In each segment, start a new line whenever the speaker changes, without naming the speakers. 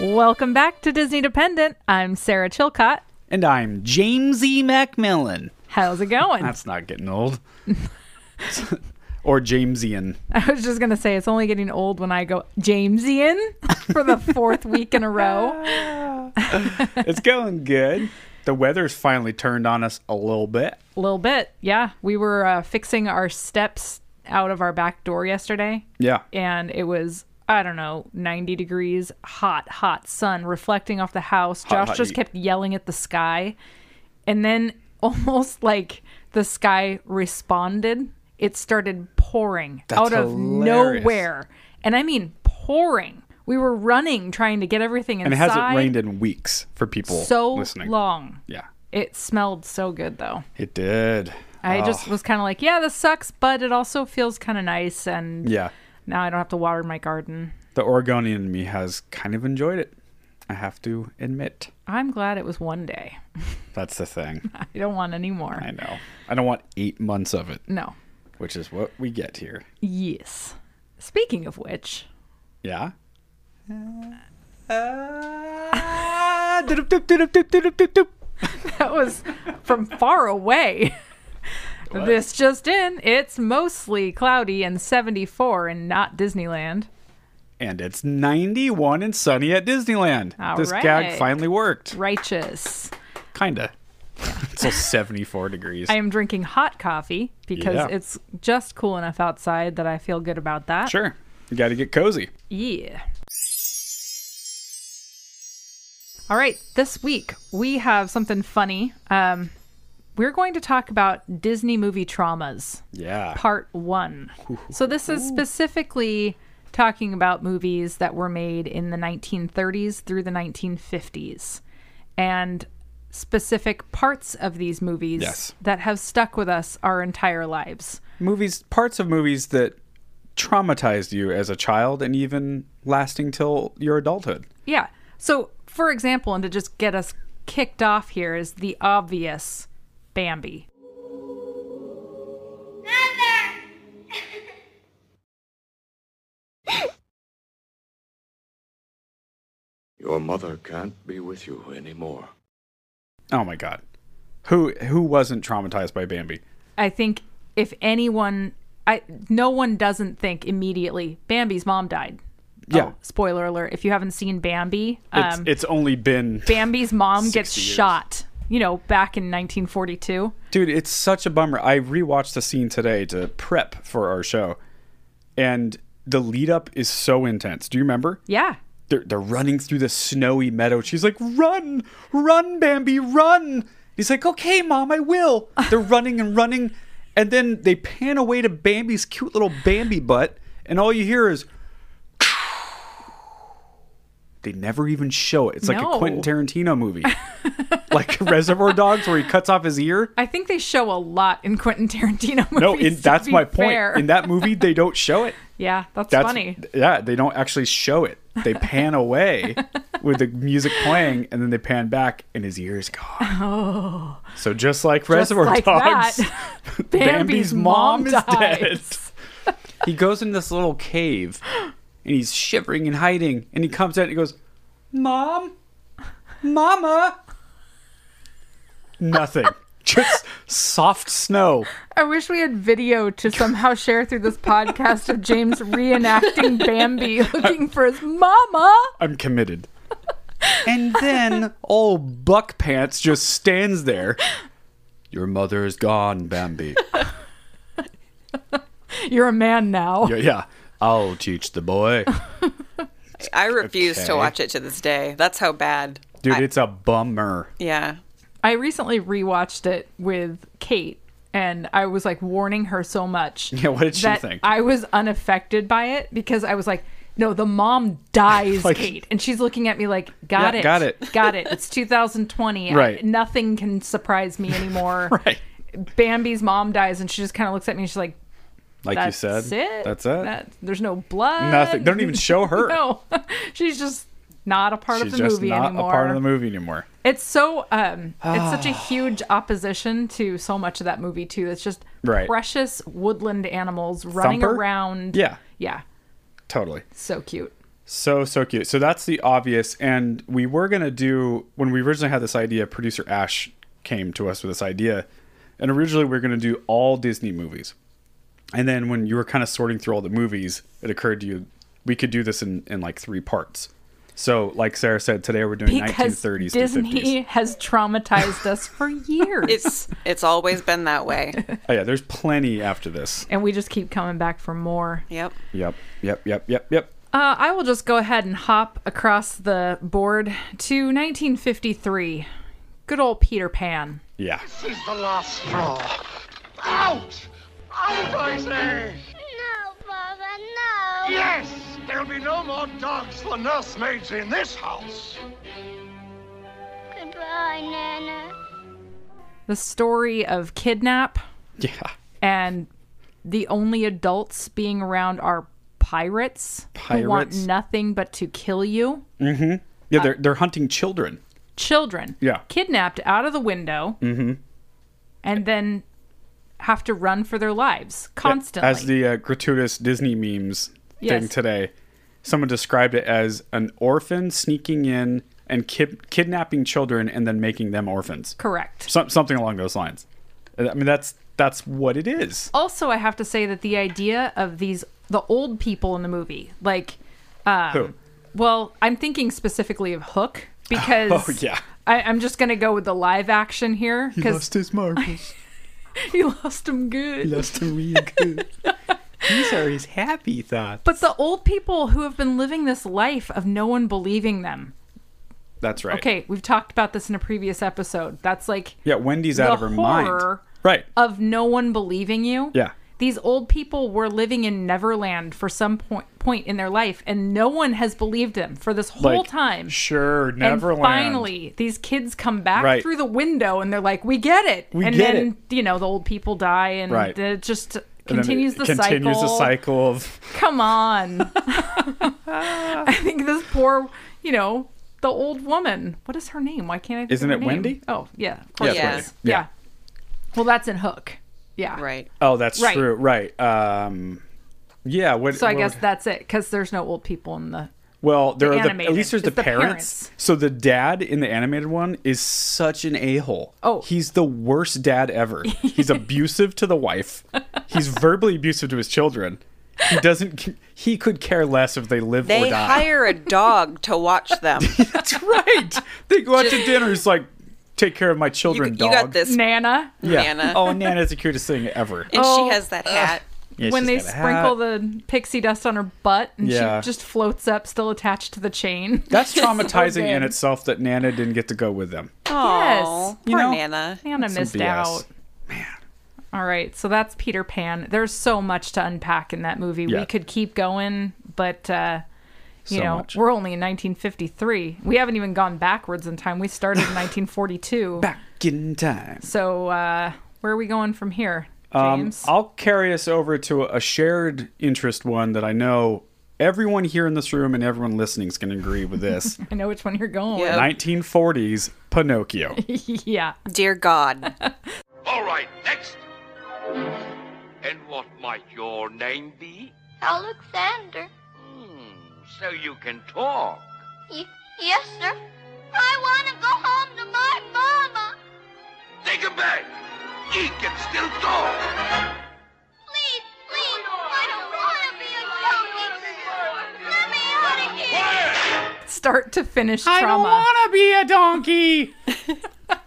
Welcome back to Disney Dependent. I'm Sarah Chilcott.
And I'm James E. Macmillan.
How's it going?
That's not getting old. or Jamesian.
I was just going to say it's only getting old when I go Jamesian for the fourth week in a row.
It's going good. The weather's finally turned on us a little bit.
A little bit. Yeah. We were uh, fixing our steps out of our back door yesterday,
Yeah.
and it was. I don't know, 90 degrees, hot, hot sun reflecting off the house. Josh
hot
just
heat.
kept yelling at the sky. And then, almost like the sky responded, it started pouring
That's
out of
hilarious.
nowhere. And I mean, pouring. We were running, trying to get everything
And
inside.
it hasn't rained in weeks for people
so
listening.
long.
Yeah.
It smelled so good, though.
It did.
I
Oh,
just was kind of like, yeah, this sucks, but it also feels kind of nice. And
Yeah.
now I don't have to water my garden.
The Oregonian in me has kind of enjoyed it. I have to admit.
I'm glad it was one day.
That's the thing.
I don't want any more.
I know. I don't want eight months of it,
No.
which is what we get here.
Yes. Speaking of which,
Yeah.
that was from far away. This just in, it's mostly cloudy and 74 and not Disneyland.
And it's 91 and sunny at Disneyland.
All
this
right.
gag finally worked.
Righteous.
Kinda. it's still 74 degrees.
I am drinking hot coffee because
Yeah.
it's just cool enough outside that I feel good about that.
sure. You got to get cozy.
Yeah. All right, this week we have something funny. Um, we're going to talk about Disney movie traumas,
Yeah.
part one. So, this is specifically talking about movies that were made in the 1930s through the 1950s and specific parts of these movies
Yes.
that have stuck with us our entire lives.
Movies, parts of movies that traumatized you as a child and even lasting till your adulthood.
Yeah. So, for example, and to just get us kicked off here is the obvious Bambi.
Your mother can't be with you anymore.
Oh my god. Who who wasn't traumatized by Bambi?
I think if anyone, I no one doesn't think immediately Bambi's mom died.
Yeah.
Oh, spoiler alert! If you haven't seen Bambi,
It's,
um,
it's only been
Bambi's mom
60
gets
years.
shot. You know, back in 1942.
Dude, it's such a bummer. I rewatched the scene today to prep for our show, and the lead up is so intense. Do you remember?
Yeah.
They're, they're running through the snowy meadow. She's like, run, run, Bambi, run. He's like, okay, mom, I will. They're running and running. And then they pan away to Bambi's cute little Bambi butt, and all you hear is, they never even show it. It's like
No.
a Quentin Tarantino movie. like Reservoir Dogs, where he cuts off his ear.
I think they show a lot in Quentin Tarantino movies.
No, in,
to
that's
be
my point.
fair.
In that movie, they don't show it.
yeah, that's,
That's
funny.
Yeah, they don't actually show it. They pan away with the music playing, and then they pan back, and his ear is gone. Oh. So just like Reservoir
like
Dogs,
that, Bambi's mom dies.
dead. he goes in this little cave, and he's shivering and hiding, and he comes out and he goes, "Mom, Mama." Nothing. Just soft snow.
I wish we had video to somehow share through this podcast of James reenacting Bambi looking for his mama.
I'm committed. and then old Buck Pants just stands there. Your mother is gone, Bambi.
You're a man now.
yeah, yeah. I'll teach the boy.
I refuse
Okay.
to watch it to this day. That's how bad.
Dude,
I-
it's a bummer.
yeah.
I recently rewatched it with Kate, and I was like warning her so much.
Yeah, what did she
that
think?
I was unaffected by it because I was like, no, the mom dies,
Like-
Kate. And she's looking at me like, got
Yeah,
it.
got it.
Got it. It's 2020. I-
Right.
nothing can surprise me anymore.
Right.
Bambi's mom dies, and she just kind of looks at me and she's like,
Like
That's
you said.
it.
That's it.
That- there's no blood.
Nothing. They don't even show her.
No, she's just not a part
She's
of the
just
movie
not
anymore.
a part of the movie anymore.
It's so um, it's such a huge opposition to so much of that movie too. It's just
Right.
precious woodland animals running
Thumper?
around.
Yeah,
yeah,
totally.
so cute.
So so cute. So that's the obvious, and we were gonna do when we originally had this idea. Producer Ash came to us with this idea, and originally we were gonna do all Disney movies, and then when you were kind of sorting through all the movies, it occurred to you we could do this in in like three parts. So like Sarah said, today we're doing
because
1930s to 50s.
Disney has traumatized us for years.
It's it's always been that way.
Oh yeah, there's plenty after this.
and we just keep coming back for more.
Yep.
Yep, yep, yep, yep, yep.
Uh, I will just go ahead and hop across the board to 1953. Good old Peter Pan.
Yeah.
This is the last straw. Out! Out, I say!
No, Papa, no.
Yes! There'll be no more dogs for nursemaids in this house!
Goodbye, Nana.
The story of kidnap
Yeah.
and the only adults being around are pirates, who want
Pirates.
nothing but to kill you.
Yeah, they're they're hunting children.
Children
Yeah. Mm-hmm.
kidnapped out of the window and then have to run for their lives constantly.
As the uh, gratuitous Disney memes thing
Yes.
today, someone described it as an orphan sneaking in and kid- kidnapping children and then making them orphans.
Correct.
Some- something along those lines. I mean, that's that's what it is.
also i have to say that the idea of these the old people in the movie like
Who?
well i'm thinking specifically of hook because
Oh, yeah.
I, i'm just gonna go with the live action here because
his marbles.
he lost him good
lost him real good. These are his happy thoughts.
but the old people who have been living this life of no one believing them
That's right.
okay we've talked about this in a previous episode that's like
Yeah, Wendy's out
the
of her mind.
horror
Right.
of no one believing you
Yeah.
these old people were living in Neverland for some point point in their life, and no one has believed them for this whole
Like,
time.
Sure,
And
Neverland.
finally, these kids come back
Right.
through the window and they're like, "We get it."
We
and
get
then, you know, the old people die and
Right.
it just
And then
continues
it
the
continues
cycle.
the cycle of
Come on. I think this poor, you know, the old woman. What is her name? Why can't I think of
Isn't
her
it
name?
Wendy?
Oh, yeah. Of course
it's
it
Wendy.
is. Yeah. Well, that's in Hook. Yeah.
Right.
Oh, that's
Right.
true. Right. Um, yeah. What,
So I
what
guess
would-
that's it because there's no old people in the.
well, there
the
are the, at
animated.
least there's
It's
the,
the
parents.
parents.
So the dad in the animated one is such an a hole.
Oh.
he's the worst dad ever. He's abusive to the wife. He's verbally abusive to his children. He doesn't. He could care less if they live or
They
die.
hire a dog to watch them.
that's right. They go out to dinner. He's like, take care of my
You,
children,
you
dog.
got this,
Nana.
Yeah.
Nana.
Oh, Nana's the cutest thing ever.
and
Oh.
she has that hat.
Yeah,
when
she's
they
got a hat.
sprinkle the pixie dust on her butt and
Yeah.
she just floats up, still attached to the chain.
That's traumatizing in
good.
itself that Nana didn't get to go with them.
Oh,
Yes.
poor
You know,
Nana.
Nana
Some
missed
BS.
out. All right, so that's Peter Pan. There's so much to unpack in that movie.
Yeah.
We could keep going, but uh, you
So
know,
much.
we're only in 1953. We haven't even gone backwards in time. We started in 1942.
Back in time.
So uh, where are we going from here,
Um,
James?
I'll carry us over to a shared interest one that I know everyone here in this room and everyone listening is going to agree with this.
I know which one you're going.
Yeah.
1940s Pinocchio.
with. yeah.
Dear God.
All right, next! And what might your name be? Hmm,
Alexander.
So you can talk.
Y- yes, sir. I want to go home to my mama.
Take him back! He can still talk!
Please, please. I don't want to be a donkey. Let me out of here.
Start to finish
I don't
trauma.
want to be a donkey.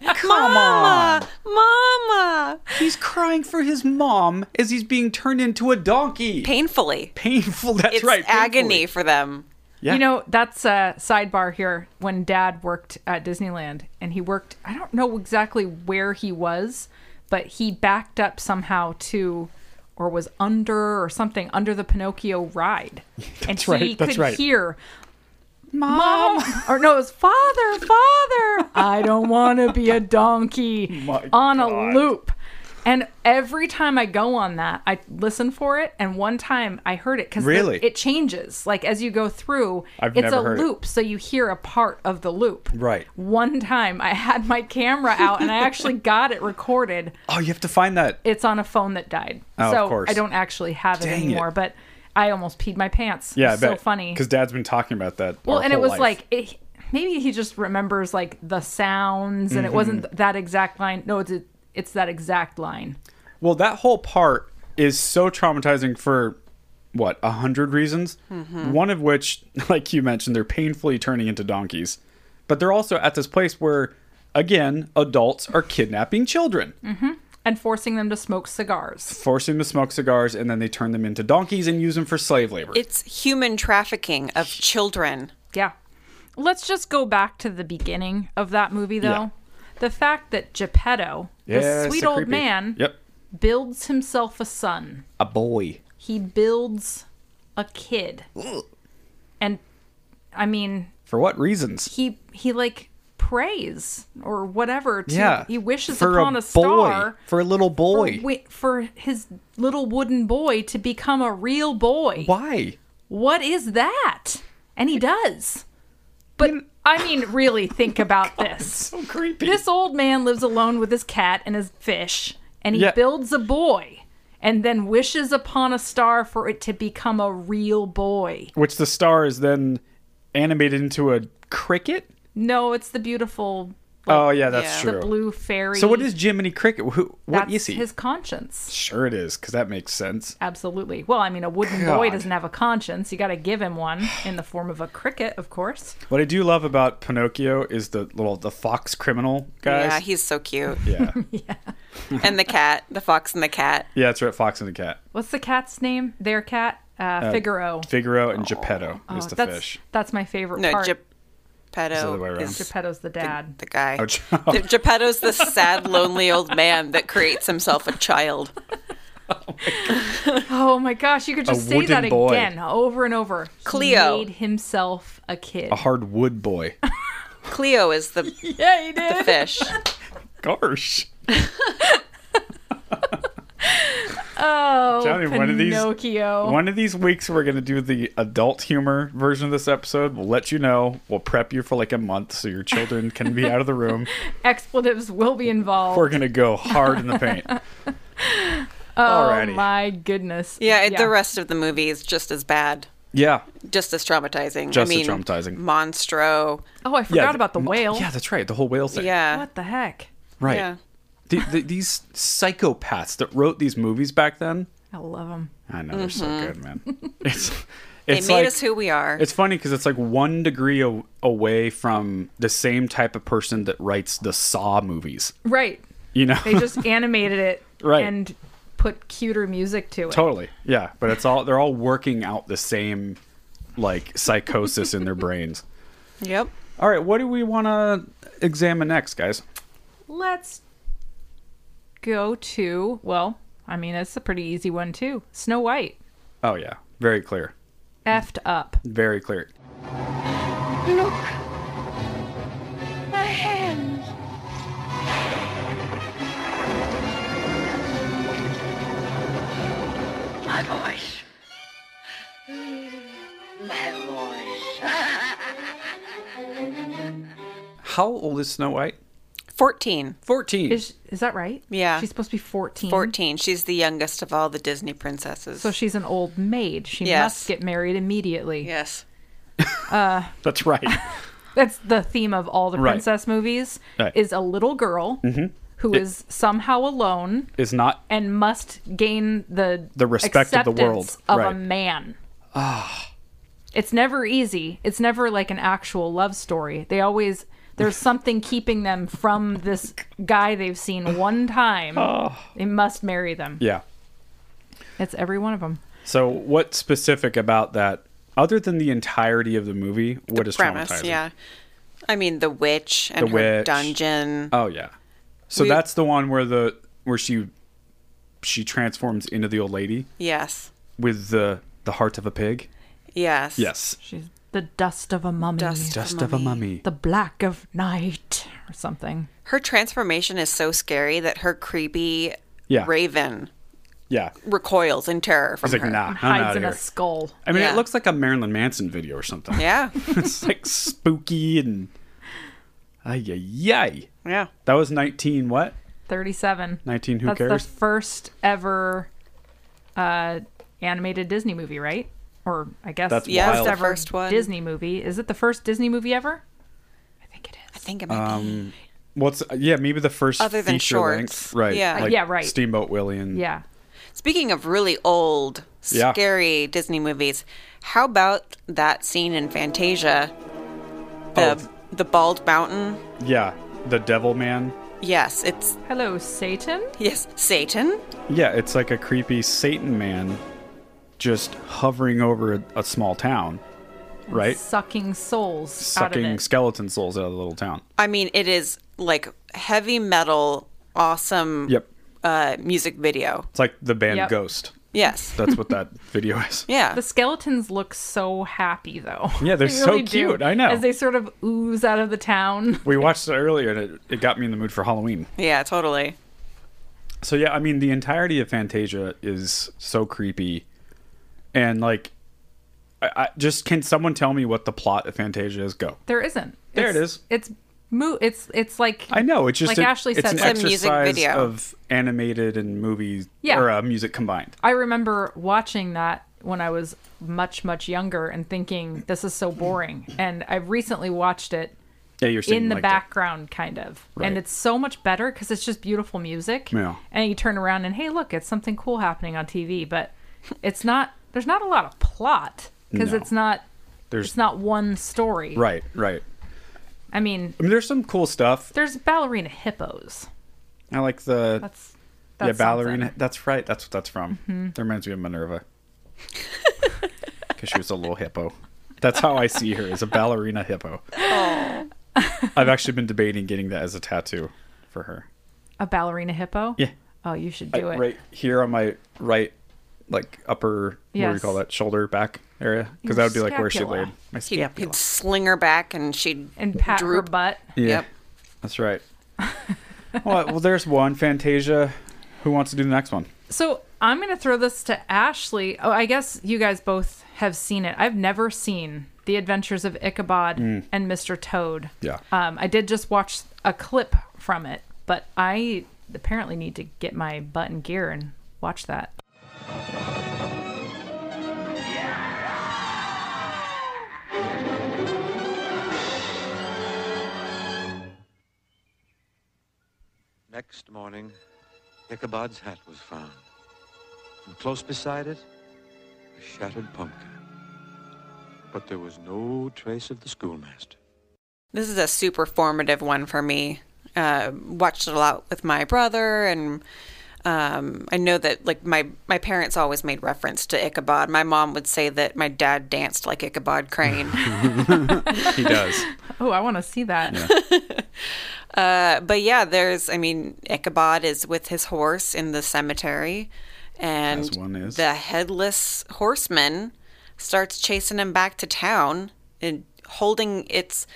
Come on.
Mama.
He's crying for his mom as he's being turned into a donkey.
Painfully.
painful. That's
It's
right. painfully.
agony for them.
Yeah.
You know, that's a sidebar here. When Dad worked at Disneyland, and he worked, I don't know exactly where he was, but he backed up somehow to, or was under, or something under the Pinocchio ride, and he
right, that's
could
right.
hear. Mom, or no, it was father, father. I don't want to be a donkey
My
on
God.
a loop. And every time I go on that, I listen for it. And one time I heard it because
Really?
it changes. Like as you go through,
I've
it's
never
a
heard it.
loop, so you hear a part of the loop.
Right.
One time I had my camera out and I actually got it recorded.
Oh, you have to find that.
It's on a phone that died.
Oh, of
so
course.
I don't actually have it
Dang it.
anymore, but I almost peed my pants.
Yeah,
It's so funny.
Because Dad's been talking about that.
Well,
our
and it
whole
was
life.
like it, maybe he just remembers like the sounds, and it
Mm-hmm.
wasn't th- that exact line. No, it's it's that exact line.
Well, that whole part is so traumatizing for what a hundred reasons.
Mm-hmm.
One of which, like you mentioned, they're painfully turning into donkeys, but they're also at this place where, again, adults are kidnapping children,
Mm. And forcing them to smoke cigars.
forcing them to smoke cigars, and then they turn them into donkeys and use them for slave labor.
It's human trafficking of children.
Yeah. Let's just go back to the beginning of that movie, though.
Yeah.
The fact that Geppetto,
Yes,
the sweet
so
old
creepy.
man,
Yep,
builds himself a son.
a boy.
He builds a kid. And I mean,
For what reasons?
he he like prays or whatever to
yeah,
he wishes
for
upon
a,
a, star
boy, for a little
for,
boy.
wi- for his little wooden boy to become a real boy.
Why?
What is that? And he does. But I mean, really
Oh
think about this.
So creepy.
This old man lives alone with his cat and his fish, and he
Yeah.
builds a boy and then wishes upon a star for it to become a real boy.
Which the star is then animated into a cricket.
No, it's the beautiful
Oh yeah, that's
yeah.
true.
blue fairy.
So what is Jiminy Cricket? Who, what
that's
is he?
his conscience?
Sure, it is because that makes sense.
Absolutely. Well, I mean, a wooden boy
God.
doesn't have a conscience. You got to give him one in the form of a cricket, of course.
What I do love about Pinocchio is the little the fox criminal guys.
Yeah, he's so cute.
yeah,
and the cat, the fox and the cat.
yeah, that's right. Fox and the cat,
What's the cat's name? Their cat, uh, Figaro.
Figaro and Geppetto is
Oh,
the
that's,
fish.
That's my favorite
No,
part.
other way
Geppetto
around.
is
Geppetto's the dad.
the guy.
Oh,
The- Geppetto's the sad, lonely old man that creates himself a child.
Oh my gosh, you could just
A
say that
wooden boy.
again over and over.
Cleo.
He made himself a kid.
a hardwood boy.
Cleo is the
Yeah, he did.
fish.
Gosh,
Oh,
Johnny, one of these-
Pinocchio.
one of these weeks we're gonna do the adult humor version of this episode. We'll let you know. We'll prep you for like a month so your children can be out of the room.
Expletives will be involved.
We're gonna go hard in the paint. Alrighty.
Oh my goodness.
Yeah, it the rest of the movie is just as bad,
Yeah.
just as traumatizing.
Just
I
as
mean,
traumatizing.
Monstro.
Oh, I forgot
th-
about the
m-
whale.
Yeah, that's right. The whole whale thing.
Yeah.
What the heck?
Right.
Yeah.
The, the, these psychopaths that wrote these movies back then.
I love him.
I know they're so good, man. It's
Mm-hmm. They
it's
made
like,
us who we are.
It's funny because it's like one degree a- away from the same type of person that writes the Saw movies.
Right.
You know.
They just animated it
Right.
and put cuter music to it.
totally. Yeah, but it's all they're all working out the same like psychosis in their brains.
Yep.
All right, what do we want to examine next, guys?
Let's go to, well, I mean, it's a pretty easy one too. Snow White.
Oh yeah, very clear.
Effed up.
Very clear.
Look. My hands. My voice. My voice.
How old is Snow White?
14.
14.
Is, is that right?
Yeah.
She's supposed to be 14.
14. She's the youngest of all the Disney princesses.
So she's an old maid. She
Yes.
must get married immediately.
yes.
That's right.
That's the theme of all the
Right.
princess movies
Right. Mm-hmm.
is a little girl who is somehow alone
Is not
and must gain the
The respect of the world.
acceptance of
Right. Ah.
a man. It's never easy. It's never like an actual love story. They always there's something keeping them from this guy they've seen one time.
Ah.
They must marry them.
yeah.
It's every one of them.
So what specific about that other than the entirety of the movie what is
Premise.
traumatizing?
Yeah. I mean, the witch and
The
her
witch.
dungeon.
Oh yeah. So
We-
that's the one where the where she she transforms into the old lady
yes.
with the the heart of a pig.
Yes.
Yes.
She's the dust of a mummy.
Dust.
Dust of a mummy.
The black of night or something.
Her transformation is so scary that her creepy
Yeah.
raven
Yeah.
recoils in terror from
It's like
her.
nah, I'm
Hides
out of
in
here.
a skull.
I mean,
Yeah.
it looks like a Marilyn Manson video or something.
Yeah.
it's like spooky and ay ay yay.
Yeah.
That was 19 what?
37.
19 who
That's
cares?
the first ever uh, animated Disney movie, right? Or I guess
That's
Yeah, it's
Wild.
the first one.
Disney movie. Is it the first Disney movie ever? I think it
I
is.
think it might
Um,
be.
What's yeah? Maybe the first
Other than
feature length,
shorts.
right?
Yeah.
like
Yeah, right.
Steamboat Willie and
Yeah.
Speaking of really old,
Yeah.
scary Disney movies, how about that scene in Fantasia? The the bald mountain.
yeah, the Devil Man.
Yes, it's
Hello, Satan.
yes Satan.
Yeah, it's like a creepy Satan man, just hovering over a, a small town, right?
Sucking souls out of
Sucking
it.
skeleton souls out of the little town.
I mean, it is like heavy metal, awesome
Yep,
uh, music video.
it's like the band
Yep.
Ghost.
Yes.
That's what that video is.
yeah.
The skeletons look so happy, though.
Yeah, they're
They
so
really do.
cute, I know.
As they sort of ooze out of the town.
We watched it earlier, and it, it got me in the mood for Halloween.
yeah, totally.
So yeah, I mean the entirety of Fantasia is so creepy, and like, I, I just can someone tell me what the plot of Fantasia is? Go.
There isn't.
There it
It's-
is.
It's mo- It's it's like
I know it's just
Like
an-
Ashley
it's
said,
an
it's a
music
exercise
video.
of animated and movies
Yeah.
or uh, music combined.
I remember watching that when I was much much younger and thinking this is so boring. And I've recently watched it
Yeah, you're seeing
in the
like
background, kind of,
Right.
and it's so much better because it's just beautiful music.
Yeah.
And you turn around and hey, look, it's something cool happening on TV, but it's not. There's not a lot of plot because
No.
it's not.
There's-
it's not one story.
Right, right.
I mean,
I mean, there's some cool stuff.
there's ballerina hippos.
I like the
That's
yeah
that's
ballerina.
something. Mm-hmm.
That's right. That's what that's from. That reminds me of Minerva because she was a little hippo. That's how I see her as a ballerina hippo. I've actually been debating getting that as a tattoo for her.
A ballerina hippo.
Yeah.
Oh, you should do
I-
it.
right here on my right, like upper. What do you
Yes.
call that? Shoulder back area,
Your
because that would be like where she
scapula.
laid my
He'd,
scapula.
he'd sling her back and she'd
And pat her
droop.
butt.
Yeah,
Yep.
that's right. well, well, there's one Fantasia. Who wants to do the next one?
So I'm going to throw this to Ashley. Oh, I guess you guys both have seen it. I've never seen The Adventures of Ichabod and Mr. Toad.
Mm. Yeah.
Um, I did just watch a clip from it, but I apparently need to get my butt in gear and watch that.
Next morning, Ichabod's hat was found. And close beside it, a shattered pumpkin. But there was no trace of the schoolmaster.
This is a super formative one for me. Uh, watched it a lot with my brother, and um, I know that like my my parents always made reference to Ichabod. My mom would say that my dad danced like Ichabod Crane,
He does.
Oh, I want to see that.
uh, but yeah, there's I mean Ichabod is with his horse in the cemetery, and
As one is.
the headless horseman starts chasing him back to town and holding its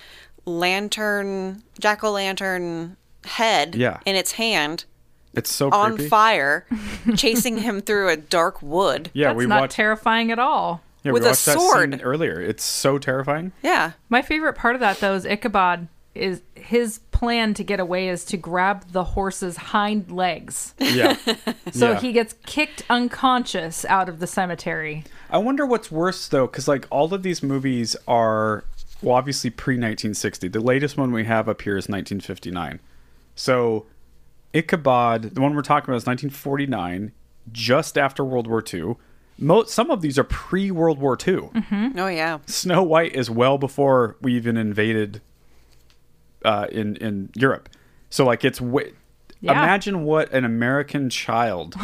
lantern jack o' lantern head
Yeah.
in its hand.
It's so
on
creepy.
fire, chasing him through a dark wood.
Yeah,
That's
we
not
watched.
terrifying at all.
yeah,
with
we
a
watched that
sword.
scene earlier. It's so terrifying.
Yeah.
My favorite part of that, though, is Ichabod is his plan to get away is to grab the horse's hind legs.
Yeah.
So
Yeah.
he gets kicked unconscious out of the cemetery.
I wonder what's worse though, because like all of these movies are well, obviously pre 1960. The latest one we have up here is 1959. So Ichabod, the one we're talking about, is 1949, just after World War II. Mo- some of these are pre World War II.
Oh yeah.
Snow White is well before we even invaded uh, in in Europe. So like it's w-
Yeah.
imagine what an American child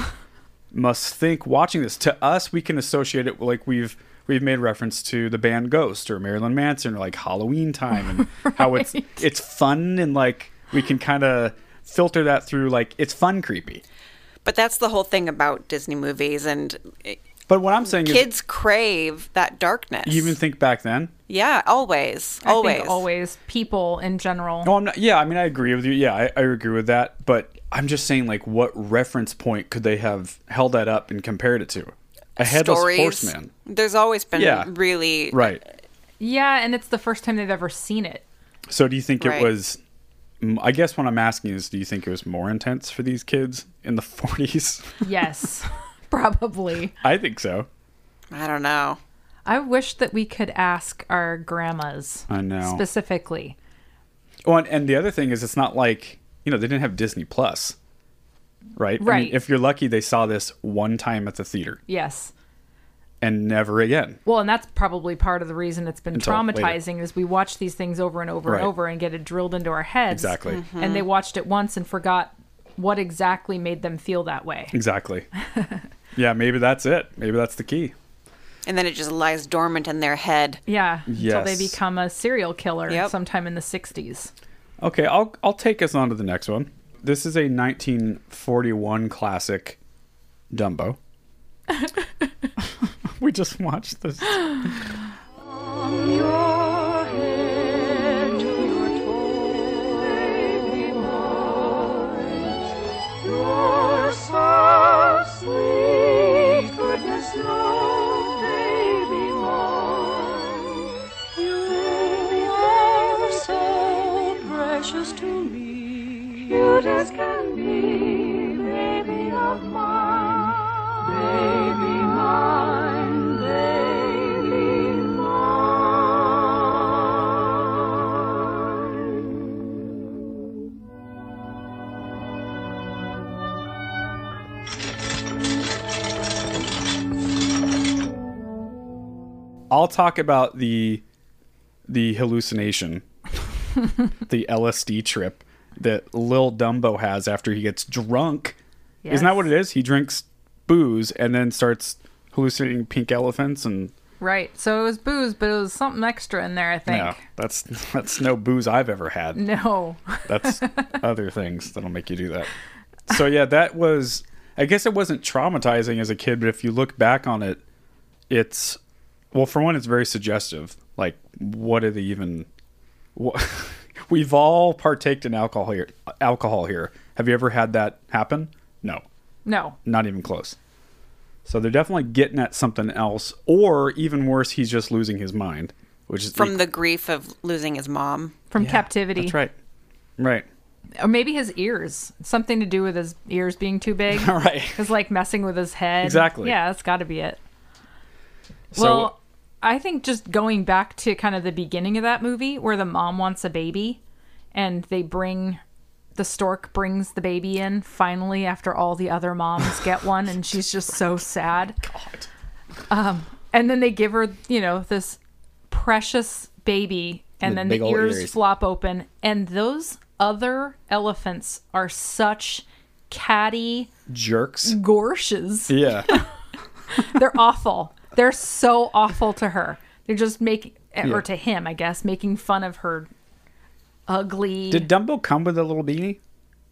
must think watching this. To us, we can associate it like we've we've made reference to the band Ghost or Marilyn Manson or like Halloween time and how it's it's fun and like we can kind of filter that through like it's fun creepy.
But that's the whole thing about Disney movies and eh,
But what I'm saying
kids crave that darkness.
is, you even think back then.
yeah, always.
I
always.
think always people in general.
No, Oh, I'm not. Yeah, I mean, I agree with you. Yeah, I, I agree with that. But I'm just saying, like, what reference point could they have held that up and compared it to? A headless
Stories.
horseman.
There's always been
Yeah.
really
Right.
Yeah, and it's the first time they've ever seen it.
So do you think
Right.
it was. mm, I guess what I'm asking is, do you think it was more intense for these kids in the 40s?
Yes. Probably.
I think so.
I don't know.
I wish that we could ask our grandmas
I know.
specifically.
Oh, and, and the other thing is, it's not like you know they didn't have Disney Plus, right? I mean,
Right.
if you're lucky, they saw this one time at the theater
Yes.
and never again.
Well, and that's probably part of the reason it's been
Until later.
traumatizing is we watch these things over and over
Right.
and over and get it drilled into our heads.
Exactly.
And they watched it once and forgot what exactly made them feel that way.
Exactly. yeah, maybe that's it. Maybe that's the key.
And then it just lies dormant in their head.
Yeah. Until they
Yes.
become a serial killer
Yep.
sometime in the 60s.
Okay, I'll I'll take us on to the next one. This is a 1941 classic, Dumbo. we just watched this. I'll talk about the the hallucination, the LSD trip that Lil Dumbo has after he gets drunk. Isn't that
Yes.
what it is? He drinks booze and then starts hallucinating pink elephants and
Right. So it was booze, but it was something extra in there, I think.
yeah, that's that's no booze I've ever had.
No.
That's other things that'll make you do that. So yeah, that was I guess it wasn't traumatizing as a kid, but if you look back on it, it's well, for one, it's very suggestive. Like, what do they even? What, we've all partaked in alcohol here. Alcohol here. Have you ever had that happen? No,
No.
not even close. So they're definitely getting at something else, or even worse, he's just losing his mind, which is
From the grief of losing his mom.
From captivity.
That's right. Right.
Or maybe his ears. Something to do with his ears being too big.
All right.
It's like messing with his head.
Exactly.
Yeah, that's got to be it.
So-
well, I think just going back to kind of the beginning of that movie where the mom wants a baby and they bring the stork brings the baby in finally after all the other moms get one and she's just so sad. God. Um, and then they give her, you know, this precious baby and
The
then
big
the
ol'
ears,
ears.
flop open and those other elephants are such catty
Jerks.
Mm.
gorges.
Yeah.
They're awful. They're so awful to her. They're just making,
Yeah.
or to him, I guess, making fun of her ugly.
Did Dumbo come with a little beanie?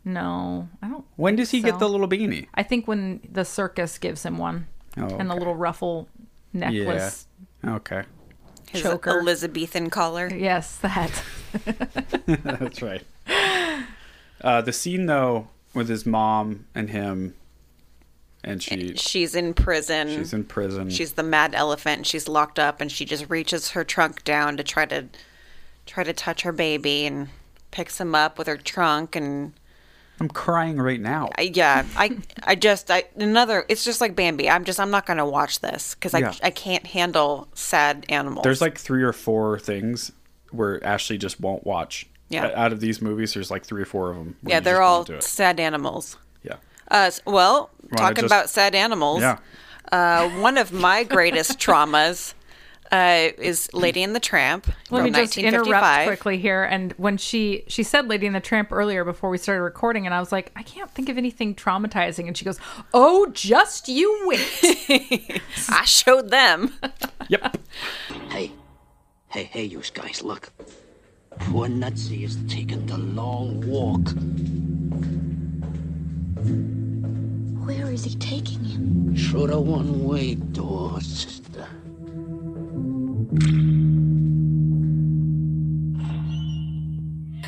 no, I don't.
When does he
so.
get the little beanie?
I think when the circus gives him one
Oh,
and the
okay.
little ruffle necklace.
Okay.
His
Choker.
Elizabethan collar.
Yes, that.
That's right. Uh, the scene, though, with his mom and him, and she
She's in prison.
she's in prison.
She's the mad elephant. and She's locked up, and she just reaches her trunk down to try to try to touch her baby, and picks him up with her trunk. And
I'm crying right now.
I, yeah, I I just I another. It's just like Bambi. I'm just I'm not gonna watch this because I
Yeah.
I can't handle sad animals.
There's like three or four things where Ashley just won't watch.
Yeah.
O- Out of these movies, there's like three or four of them.
yeah, they're all sad animals.
Yeah.
Uh, s- well,
Wanna
talking
just-
about sad animals.
Yeah.
Uh, one of my greatest traumas uh, is Lady and the Tramp.
Let
from
me just
1955.
interrupt quickly here. And when she she said "Lady and the Tramp" earlier before we started recording, and I was like, I can't think of anything traumatizing. And she goes, "Oh, just you wait."
I showed them.
Yep.
Hey, hey, hey, you guys, look. Poor Nutsy is taking the long walk.
Where is he taking him?
Through the one way door, sister.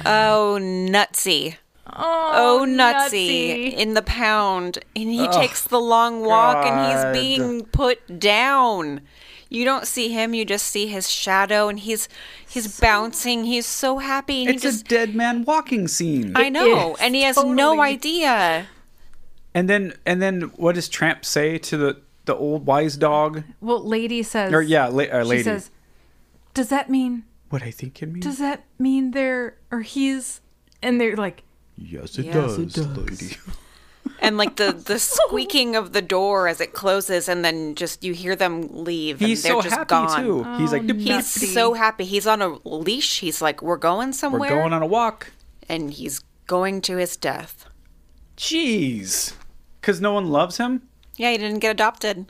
Oh, nutsy. Oh, nutsy. In the pound. And he takes the long walk and he's being put down. You don't see him, you just see his shadow and he's he's bouncing. He's so happy and
It's
he just
a dead man walking scene.
I know.
is,
And he has no
totally.
idea.
And then and then what does Tramp say to the the old wise dog?
Well, lady says.
Or yeah, la- uh, lady.
She says, "Does that mean?
what I think it means.
Does that mean they're or he's?" And they're like,
yes, it
Yes,
does,
it does.
lady.
and like the the squeaking of the door as it closes, and then just you hear them leave.
He's
and they're
so
just
happy
gone.
too. He's like, "Dip, dip,
He's
Nazi.
so happy. He's on a leash. He's like, we're going
we're
somewhere,
going on a walk.
and he's going to his death.
Jeez, because no one loves him.
Yeah, he didn't get adopted.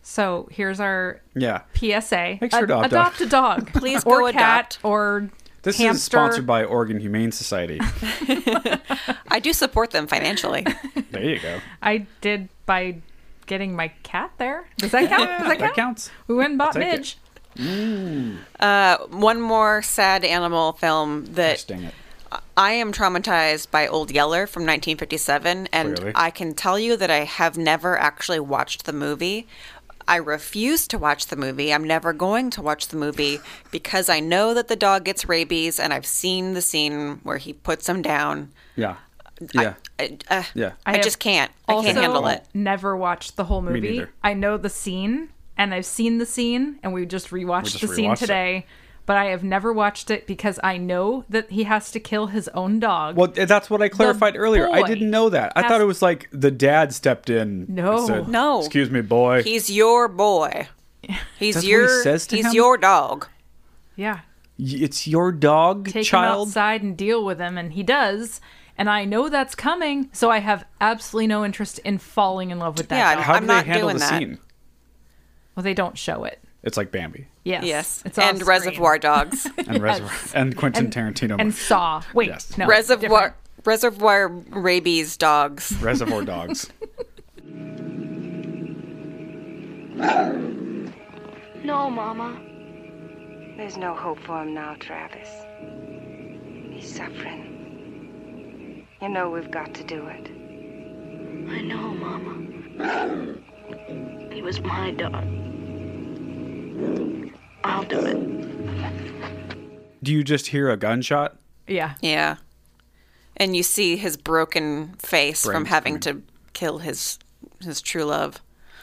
"So here's our
Yeah,
PSA:
Make sure
Ad-
to adopt a-
a dog,
Please
or
go
cat
adopt.
or
this
hamster."
is sponsored by Oregon Humane Society.
I do support them financially.
there you go.
I did by getting my cat there. Does that count? Does that
That
count?
counts.
We went and bought
take it.
Midge.
uh, one more sad animal film that
Dang it.
I am traumatized by Old Yeller from 1957, and
Clearly.
I can tell you that I have never actually watched the movie. I refuse to watch the movie. I'm never going to watch the movie because I know that the dog gets rabies, and I've seen the scene where he puts him down.
Yeah, yeah,
I, uh,
yeah.
I,
have
just can't. I can't
also
handle it.
Never watched the whole movie.
neither.
I know the scene, and I've seen the scene, and we just rewatched
just
the scene
rewatched it.
today. But I have never watched it because I know that he has to kill his own dog.
Well, th- that's what I clarified earlier. I
boy
didn't know that. I
has-
thought it was like the dad stepped in. and
No.
said,
No.
Excuse me, boy.
He's your boy.
That's
He's
what he
your.
says to
he's
him?
your dog.
yeah,
Y- it's your dog,
take him
child.
outside and deal with him, and he does. And I know that's coming, so I have absolutely no interest in falling in love with that
Yeah,
dog.
How
I'm
do
not
they handle
doing
the
that.
scene?
Well, they don't show it.
It's like Bambi
Yes,
Yes.
it's
and
off-screen.
Reservoir Dogs.
and Reservoir and Quentin Tarantino.
and Saw. Wait,
Yes.
no,
Reservoir.
different.
Reservoir rabies dogs.
Reservoir Dogs.
No, Mama. There's no hope for him now, Travis. He's suffering. You know we've got to do it.
I know, Mama. He was my dog. I'll do it.
Do you just hear a gunshot?
Yeah,
Yeah. And you see his broken face from
Brains
having to kill his his true love.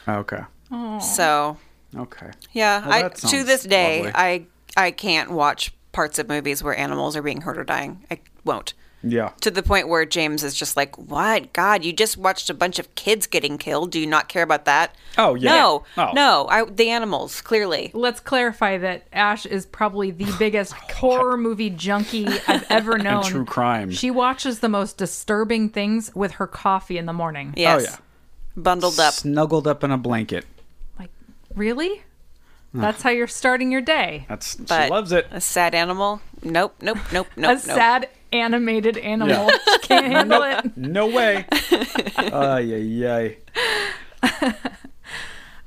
Okay.
So
Okay.
yeah,
Well,
I
that
to
sounds
this day
lovely.
I I can't watch parts of movies where animals are being hurt or dying. I won't.
Yeah.
To the point where James is just like, "What? God, you just watched a bunch of kids getting killed. Do you not care about that?"
Oh, yeah.
No,
Oh.
no. I, the animals clearly.
let's clarify that Ash is probably the biggest horror movie junkie I've ever known.
true crime.
She watches the most disturbing things with her coffee in the morning.
Yes.
Oh, yeah.
Bundled up.
Snuggled up in a blanket.
Like, really? That's how you're starting your day.
That's she
But
loves it.
A sad animal? Nope. Nope. Nope. Nope.
A
nope.
sad animated animal. She Can't handle it.
No way. Ay ay ay.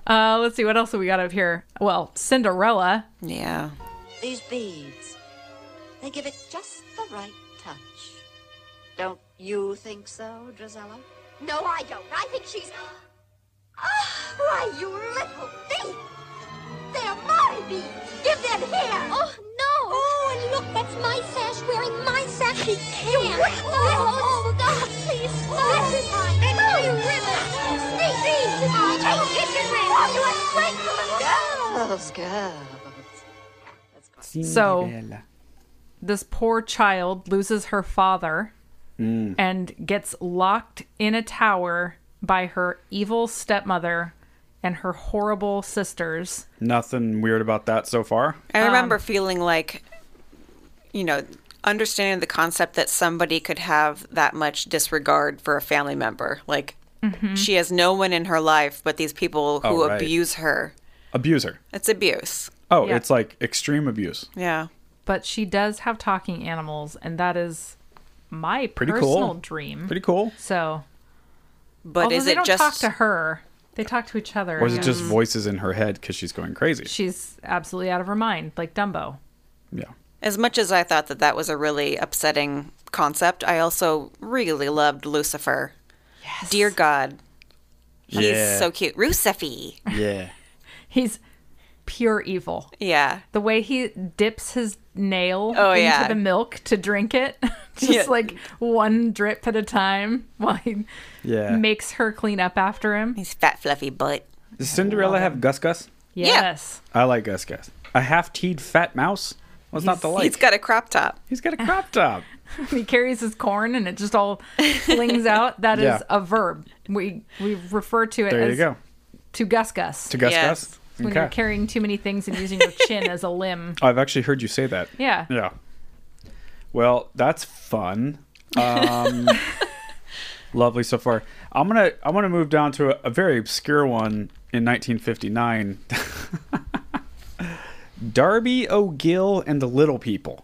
Uh, let's see what else have we got up here. Well, Cinderella.
Yeah.
These beads, they give it just the right touch. Don't you think so, Drizella?
No, I don't. I think she's. Ah, why, you little thief! They're my beads! Give them here! Oh, no! Oh, and look, that's my sash wearing my sash. She can't! You wouldn't oh, oh, God, please stop! This is mine! And oh, you little sneak thief! Take it, Oh, you are frightful little
Girls, girls.
So- This poor child loses her father
Mm.
and gets locked in a tower by her evil stepmother and her horrible sisters.
nothing weird about that so far.
I
Um,
remember feeling like, you know, understanding the concept that somebody could have that much disregard for a family member. Like,
Mm-hmm.
she has no one in her life but these people who
Oh, right.
abuse her.
Abuser.
It's abuse.
Oh,
Yeah.
it's like extreme abuse.
Yeah.
but she does have talking animals, and that is my
Pretty cool.
personal
Mm-hmm.
dream.
Pretty cool.
so,
But
although
is
they
it
don't
just.
talk to her, they talk to each other.
Or is it just voices in her head because she's going crazy?
She's absolutely out of her mind, like Dumbo.
yeah.
As much as I thought that that was a really upsetting concept, I also really loved Lucifer. Yes. Dear God. He's
Yeah.
so cute. Rucifer.
Yeah.
He's pure evil.
Yeah.
The way he dips his nail
Oh,
into
yeah.
the milk to drink it. just
Yeah.
like one drip at a time while he
Yeah.
makes her clean up after him.
His fat, fluffy butt.
Does Cinderella have Gus Gus?
Yes.
I like Gus Gus. A half-teed fat mouse? What's not the like?
He's got a crop top.
He's got a crop top.
he carries his corn and it just all flings out. That is
Yeah.
a verb. We we refer to it
There
as
you go.
to gus gus.
To Gus
Yes.
Gus?
when
Okay.
you're carrying too many things and using your chin as a limb.
I've actually heard you say that.
Yeah.
Yeah. Well, that's fun. Um, lovely so far. I'm gonna I want to move down to a, a very obscure one in 1959. Darby O'Gill and the Little People.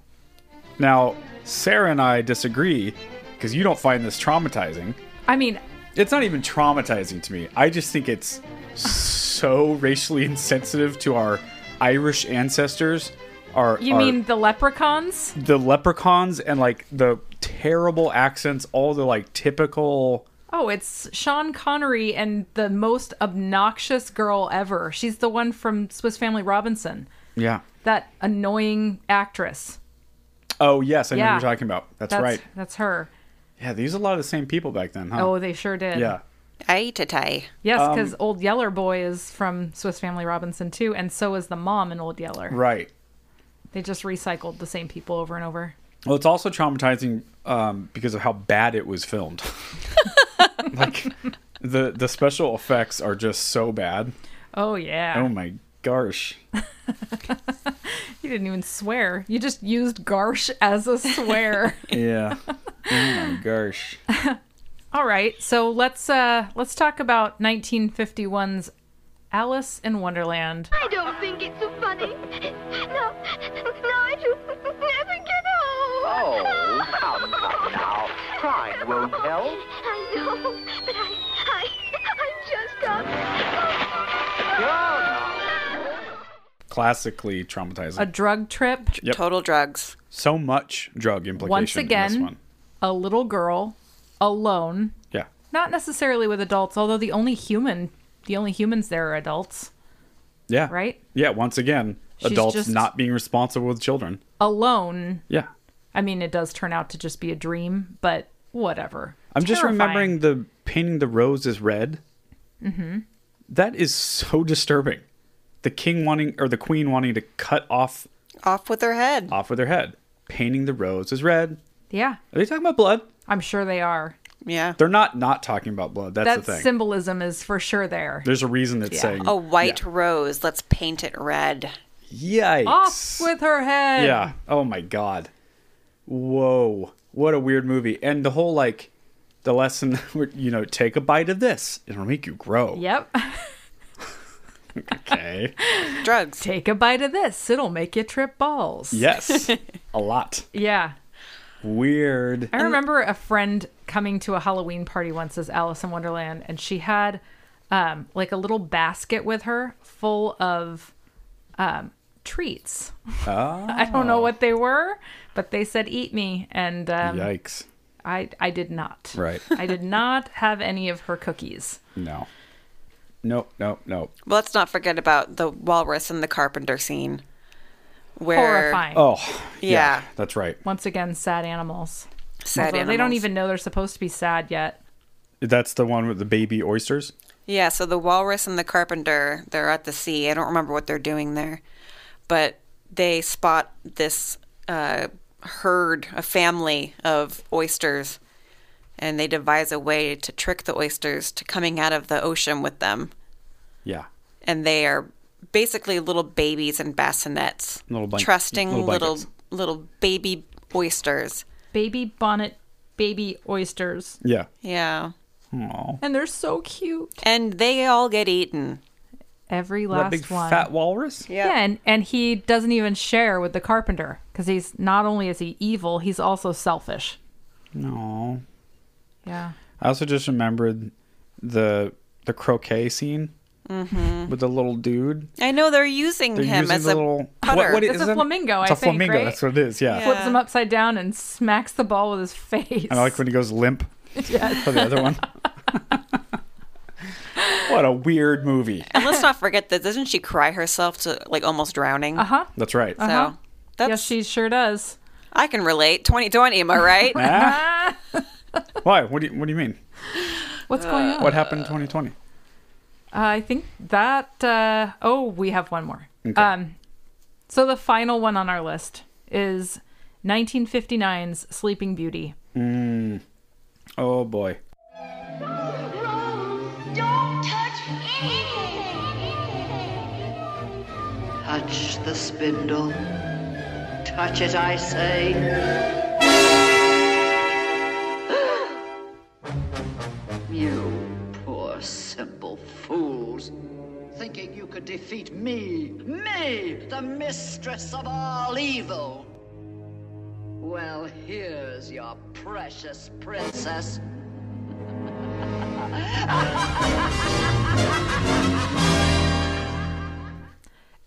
Now, Sarah and I disagree because you don't find this traumatizing.
I mean,
It's not even traumatizing to me. I just think it's so racially insensitive to our Irish ancestors. Our
you
our-
mean the leprechauns?
the leprechauns and like the terrible accents, all the like typical.
Oh, it's Sean Connery and the most obnoxious girl ever. She's the one from Swiss Family Robinson.
Yeah.
That annoying actress.
Oh yes, I know
Yeah.
what you're talking about. That's,
That's
right.
That's her.
Yeah, these are a lot of the same people back then, huh?
Oh, they sure did.
yeah. Um,
Aye, tatai.
Yes, because Old Yeller Boy is from Swiss Family Robinson too, and so is the mom in Old Yeller.
Right.
They just recycled the same people over and over.
Well, it's also traumatizing um, because of how bad it was filmed. like the the special effects are just so bad.
Oh yeah.
Oh my gosh.
You didn't even swear. You just used garsh as a swear.
Yeah. oh my gosh.
All right. So let's uh let's talk about 1951's Alice in Wonderland.
I don't think it's so funny. No, no, I should never get home.
Oh, come, come now. Crying won't help.
I know, but I, I, I'm just uh, not.
Classically traumatizing.
A drug trip,
Yep.
Total drugs.
so much drug implication
Once
in
again.
this one.
a little girl alone,
Yeah.
not necessarily with adults, although the only human, the only humans there are adults,
Yeah.
right?
Yeah, once again,
She's
adults
just-
not being responsible with children.
Alone.
Yeah.
I mean, it does turn out to just be a dream, but whatever.
I'm just
Terrifying.
remembering the painting the rose is red. Mm-hmm. is so disturbing. The king wanting or the queen wanting to cut off
Off with her head.
off with her head. Painting the rose is red.
Yeah,
Are they talking about blood?
I'm sure they are.
Yeah.
They're not not talking about blood. That's
That
the thing.
symbolism is for sure there.
There's a reason it's saying
A white rose. Let's paint it red.
yikes.
Off with her head.
Yeah. Oh my god. Whoa. What a weird movie. And the whole like the lesson where, you know, take a bite of this. It'll make you grow.
Yep.
Okay.
Drugs.
Take a bite of this. It'll make you trip balls.
yes. A lot.
Yeah.
Weird.
I remember a friend coming to a Halloween party once as Alice in Wonderland, and she had um, like a little basket with her full of um, treats. I don't
Oh.
know what they were, but they said, "Eat me," and um,
Yikes.
I I did not.
Right.
I did not have any of her cookies.
No. Nope, nope, nope.
Well, let's not forget about the walrus and the carpenter scene. Where,
Horrifying.
Oh,
Yeah.
that's right.
Once again, sad animals.
Sad
Although They don't
animals.
even know they're supposed to be sad yet.
That's the one with the baby oysters.
Yeah, so the walrus and the carpenter, they're at the sea. I don't remember what they're doing there, but they spot this uh, herd, a family of oysters, and they devise a way to trick the oysters to coming out of the ocean with them.
Yeah.
And they are basically little babies in bassinets,
Little blank-
trusting
little
little little,
blankets.
baby oysters.
Baby bonnet, baby oysters,
Yeah.
Yeah,
Aw.
and they're so cute.
and they all get eaten.
Every
That
last
big
one.
fat walrus?
Yeah, and, and he doesn't even share with the carpenter because he's not only is he evil, he's also selfish.
No.
Yeah.
I also just remembered the the croquet scene
Mm-hmm.
with the little dude.
I know they're using
They're
him
using
as
the
a
little
putter.
It's a
that?
flamingo,
It's
I
a
think,
flamingo.
right?
That's what it is. Yeah.
Flips him upside down and smacks the ball with his face.
And I like when he goes limp for the other one. what a weird movie.
And let's not forget that doesn't
Uh-huh,
she cry herself to like almost drowning? Uh huh.
That's right.
So that's
yes, she sure does.
I can relate. 2020, am I right?
Ah. Why? What do you What do you mean?
What's going on?
What happened in 2020?
I think that. Uh, oh, we have one more.
Okay.
Um, so the final one on our list is 1959's Sleeping Beauty.
Mm. Oh boy.
Touch the spindle. Touch it, I say. You poor simple fools. Thinking you could defeat me, me, the mistress of all evil. Well, here's your precious princess.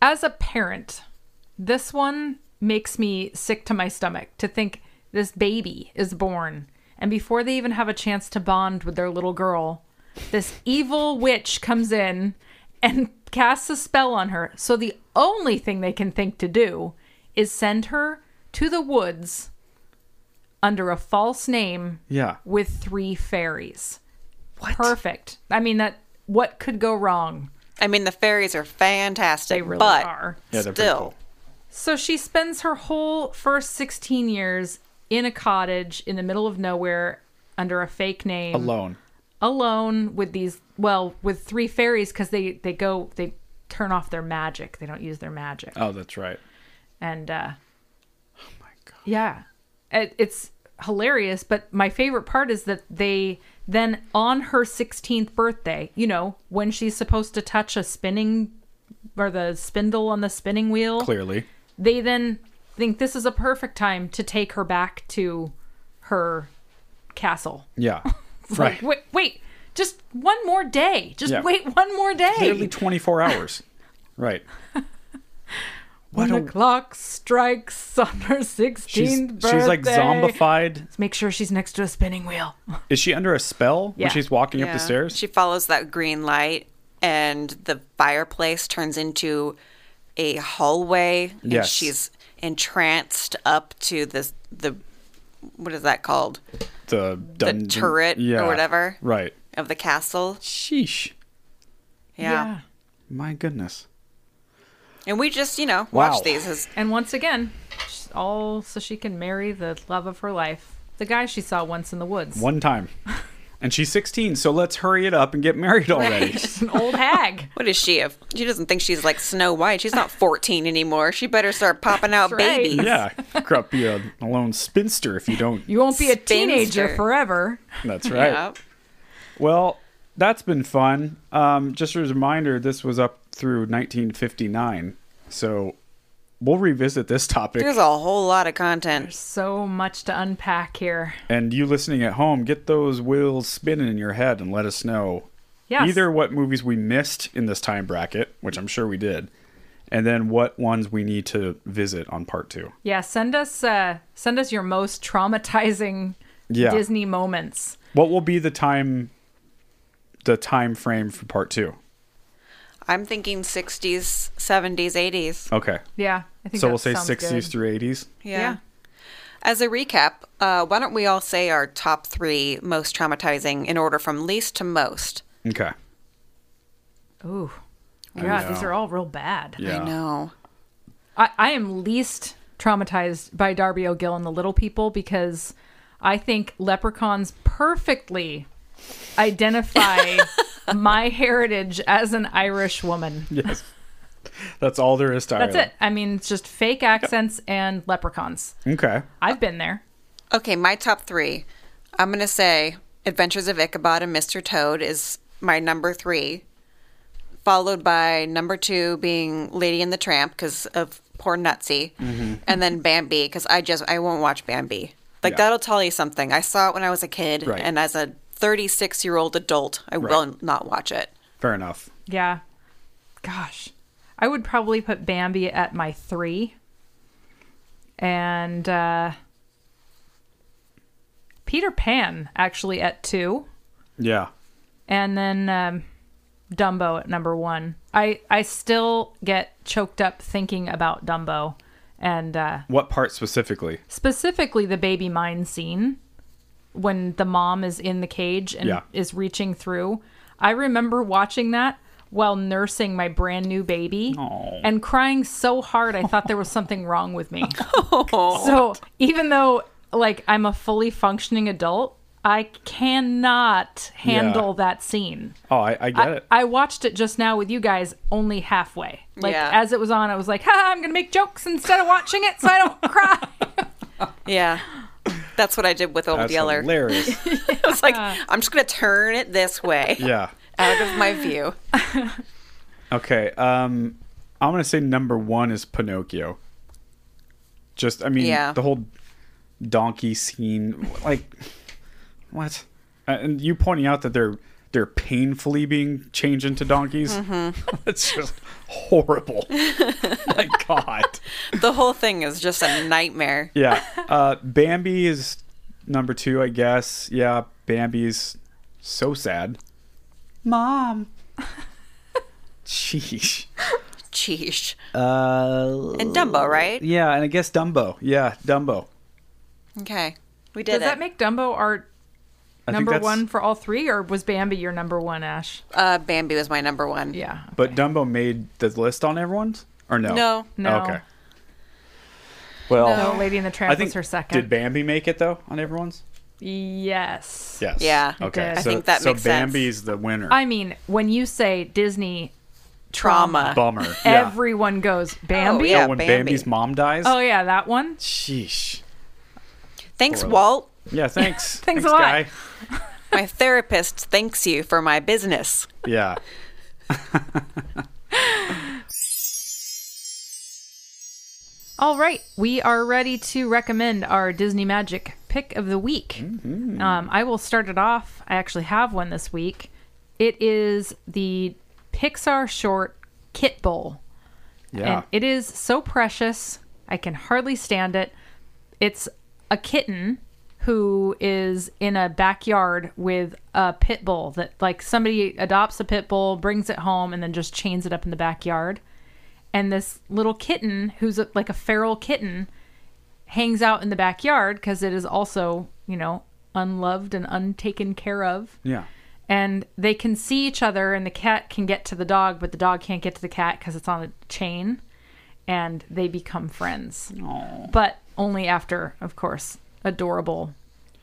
As a parent, this one makes me sick to my stomach to think this baby is born. And before they even have a chance to bond with their little girl, this evil witch comes in and casts a spell on her. So the only thing they can think to do is send her to the woods under a false name
Yeah.
with three fairies. What? Perfect. I mean that what could go wrong?
I mean, the fairies are fantastic.
They really
but
are.
Yeah, they're pretty
still,
cool.
So she spends her whole first 16 years in a cottage in the middle of nowhere under a fake name.
Alone.
Alone with these, well, with three fairies because they, they go, they turn off their magic. They don't use their magic.
Oh, that's right.
And, uh, oh my God. Yeah. It, it's hilarious. But my favorite part is that they then, on her 16th birthday, you know, when she's supposed to touch a spinning or the spindle on the spinning wheel
Clearly.
they then think this is a perfect time to take her back to her castle.
Yeah.
It's
right.
Like, wait, wait, just one more day. Just
Yeah.
wait one more day.
Literally 24 hours. right.
when the clock strikes on her 16th
She's,
birthday.
she's like zombified.
Let's make sure she's next to a spinning wheel.
Is she under a spell
Yeah.
when she's walking up
yeah.
the stairs?
She follows that green light, and the fireplace turns into a hallway. And
Yes.
she's entranced up to this the what is that called
the dungeon-
turret or
yeah.
whatever.
Right.
of the castle?
Sheesh.
Yeah.
My goodness.
And we just you know
Wow.
watch these as
And once again, she's all so she can marry the love of her life, the guy she saw once in the woods.
One time. And she's 16, so let's hurry it up and get married already.
An old hag.
What is she? If she doesn't think she's like Snow White, she's not 14 anymore. She better start popping out
right.
babies.
yeah. Crap, be a lone spinster if you don't.
You won't be a teenager
Spinster.
forever.
That's right.
Yep.
Well, that's been fun. Um, just as a reminder, this was up through 1959. So we'll revisit this topic.
There's a whole lot of content.
So much to unpack here.
and you listening at home, get those wheels spinning in your head and let us know
Yes.
either what movies we missed in this time bracket, which I'm sure we did, and then what ones we need to visit on part two.
Yeah, send us uh, send us your most traumatizing
Yeah.
Disney moments.
What will be the time the time frame for part two?
I'm thinking 60s, 70s, 80s.
Okay.
Yeah, I think
So
that
we'll say
sounds
60s
good.
through 80s.
Yeah. As a recap, uh, why don't we all say our top three most traumatizing in order from least to most?
Okay.
Ooh, yeah, these
know.
are all real bad.
Yeah.
I know.
I, I am least traumatized by Darby O'Gill and the Little People because I think leprechauns perfectly identify my heritage as an Irish woman.
Yes. That's all there is to
That's it. I mean, it's just fake accents and leprechauns.
it. Okay.
I've been there.
Okay, my top three. I'm going to say Adventures of Ichabod and Mr. Toad is my number three, followed by number two being Lady and the Tramp because of poor Nutsy,
Mm-hmm.
and then Bambi because I just I won't watch Bambi. Like
Yeah.
that'll tell you something. I saw it when I was a kid,
Right.
and as a 36 year old adult, I will not watch it.
Fair enough.
Yeah. Gosh. I would probably put Bambi at my three. And uh, Peter Pan actually at two.
Yeah.
And then um, Dumbo at number one. I, I still get choked up thinking about Dumbo and uh,
What part specifically?
specifically the baby mine scene when the mom is in the cage and
Yeah.
is reaching through. I remember watching that while nursing my brand new baby and crying so hard I thought there was something wrong with me. So even though like I'm a fully functioning adult, I cannot handle that scene.
Oh, I, I get
I,
it.
I watched it just now with you guys only halfway. Like
Yeah.
as it was on, I was like, ha, I'm gonna make jokes instead of watching it so I don't cry.
Yeah. That's what I did with Old
That's
Yeller.
hilarious.
I was like, I'm just going to turn it this way
yeah.
out of my view.
Okay. Um, I'm gonna say number one is Pinocchio. Just, I mean,
Yeah.
the whole donkey scene, like, what? Uh, And you pointing out that they're they're painfully being changed into donkeys. That's just horrible. My God.
The whole thing is just a nightmare.
Yeah. Uh, Bambi is number two, I guess. Yeah, Bambi's so sad. Mom. Sheesh.
Sheesh.
Uh,
And Dumbo, right?
Yeah, and I guess Dumbo. Yeah, Dumbo.
Okay. We did
Does
it.
that make Dumbo our
I think
number
that's-
one for all three, or was Bambi your number one, Ash?
uh, Bambi was my number one.
Yeah.
But Dumbo made the list on everyone's? Or no?
No. No.
Okay. Well,
No, Lady and the Tramp
I think
was her second.
Did Bambi make it though on everyone's?
Yes.
Yes.
Yeah, it
Okay.
did. I
So,
think that
so
makes sense.
Bambi's the winner.
I mean, when you say Disney
Trauma.
trauma,
Bummer. Yeah.
everyone goes Bambi.
Oh, yeah,
Oh, when
Bambi.
Bambi's mom dies.
Oh, yeah, that one.
Sheesh.
Thanks,
Horrible.
Walt.
Yeah. Thanks.
Thanks a lot.
Guy.
My therapist thanks you for my business.
Yeah.
All right, we are ready to recommend our Disney Magic pick of the week.
Mm-hmm.
Um, I will start it off. I actually have one this week. It is the Pixar short Kit Bowl.
Yeah.
And it is so precious. I can hardly stand it. It's a kitten who is in a backyard with a pit bull that like somebody adopts a pit bull, brings it home and then just chains it up in the backyard. And this little kitten who's a, like a feral kitten hangs out in the backyard cuz it is also, you know, unloved and untaken care of
yeah.
and they can see each other and the cat can get to the dog but the dog can't get to the cat because it's on a chain and they become friends but only after of course adorable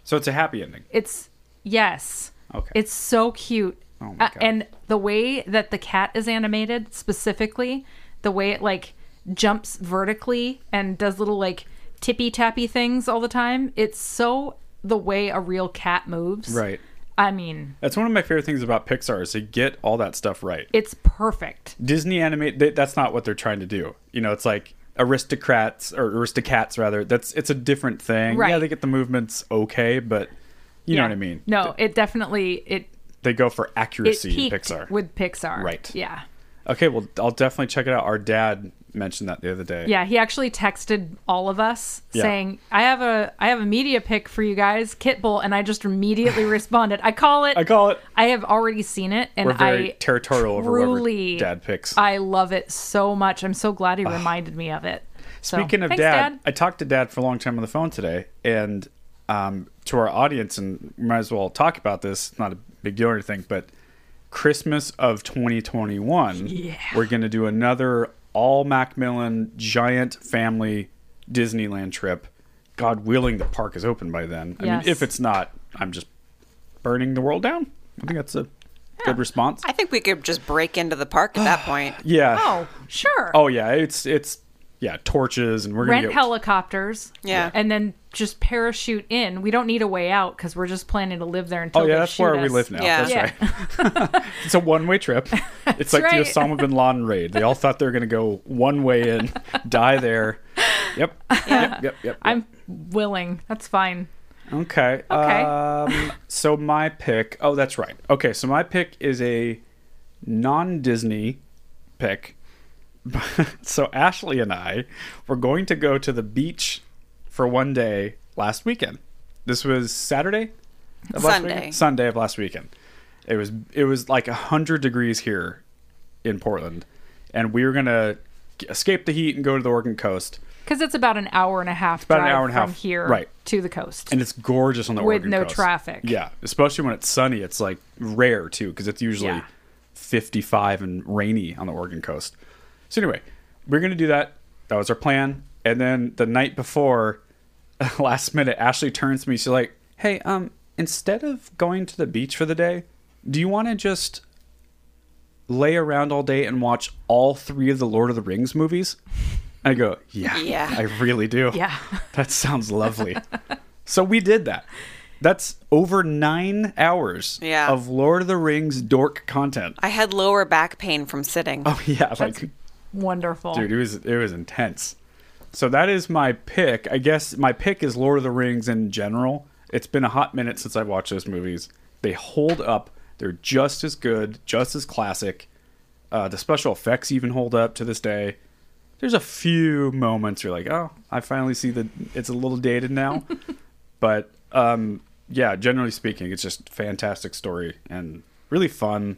So it's a happy ending.
it's yes
Okay.
it's so cute
Oh my
Uh,
God.
and the way that the cat is animated specifically the way it like jumps vertically and does little like tippy tappy things all the time it's so the way a real cat moves
Right.
i mean
That's one of my favorite things about Pixar is they get all that stuff right.
it's perfect
Disney animate they, that's not what they're trying to do. You know, it's like aristocrats or aristocats rather. That's it's a different thing.
Right.
Yeah, they get the movements okay, but you know what I mean.
No, it definitely it
They go for
it
accuracy in
peaked
Pixar.
with Pixar.
Right.
Yeah.
okay, well I'll definitely check it out. Our dad mentioned that the other day.
Yeah, he actually texted all of us
Yeah.
saying, "I have a I have a media pick for you guys, Kitbull," and I just immediately responded, "I call it.
I call it
I have already seen it, and
we're very
I
territorial over
truly,
whoever dad picks.
I love it so much. I'm so glad he reminded me of it. So,
Speaking of
thanks,
dad, I talked to dad for a long time on the phone today, and um, to our audience, and we might as well talk about this. Not a big deal or anything, but Christmas of 2021, we're going to do another all Macmillan giant family Disneyland trip. God willing, the park is open by then. I
Yes.
mean, if it's not, I'm just burning the world down. I think that's a good response.
I think we could just break into the park at that point.
Yeah.
oh sure,
Oh yeah. It's it's yeah torches, and we're going to
rent
get
helicopters,
Yeah.
and then just parachute in. We don't need a way out because we're just planning to live there until
Oh yeah,
they
that's
shoot
where we
us.
live now.
Yeah.
That's
Yeah.
right. it's a one-way trip. It's like
right.
the Osama bin Laden raid. They all thought they were going to go one way in, die there. Yep. Yep. Yep. Yep.
I'm willing. That's fine.
okay.
Okay.
Um, so my pick. Oh, that's right. Okay. So my pick is a non-Disney pick. so Ashley and I were going to go to the beach for one day last weekend. This was Saturday. of last
Sunday.
weekend? Sunday of last weekend. It was it was like hundred degrees here in Portland, and we were gonna escape the heat and go to the Oregon coast.
because it's about an hour and a half
about an
drive
hour and a
from
half,
here
right.
to the coast.
and it's gorgeous on the
With
Oregon
no
coast.
traffic.
Yeah, especially when it's sunny, it's like rare too because it's usually
Yeah.
55 and rainy on the Oregon coast. So anyway, we're gonna do that. That was our plan. And then the night before, last minute, Ashley turns to me. She's like, "Hey, um, instead of going to the beach for the day, do you want to just lay around all day and watch all three of the Lord of the Rings movies?" I go, "Yeah,
Yeah.
I really do.
Yeah.
that sounds lovely." so we did that. That's over nine hours
Yeah.
of Lord of the Rings dork content.
I had lower back pain from sitting.
Oh yeah, like
Wonderful.
dude, it was it was intense. So that is my pick. I guess my pick is Lord of the Rings in general. It's been a hot minute since I've watched those movies. They hold up. They're just as good, just as classic. Uh, the special effects even hold up to this day. There's a few moments you're like, oh, I finally see that it's a little dated now. but um, yeah, generally speaking, it's just fantastic story and really fun.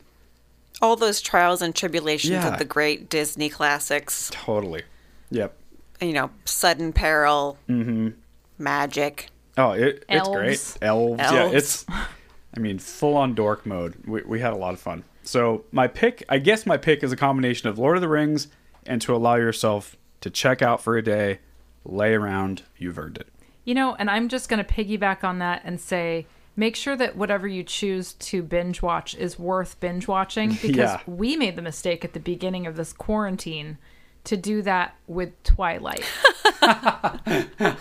All those trials and tribulations
Yeah.
of the great Disney classics,
Totally. Yep.
you know, sudden peril,
Mm-hmm.
magic.
Oh, it, it's
Elves.
great. Elves. Yeah,
Elves.
it's, I mean, full on dork mode. We, we had a lot of fun. So, my pick, I guess my pick is a combination of Lord of the Rings and to allow yourself to check out for a day, lay around, you've earned it.
You know, and I'm just going to piggyback on that and say make sure that whatever you choose to binge watch is worth binge watching because
Yeah.
we made the mistake at the beginning of this quarantine to do that with Twilight.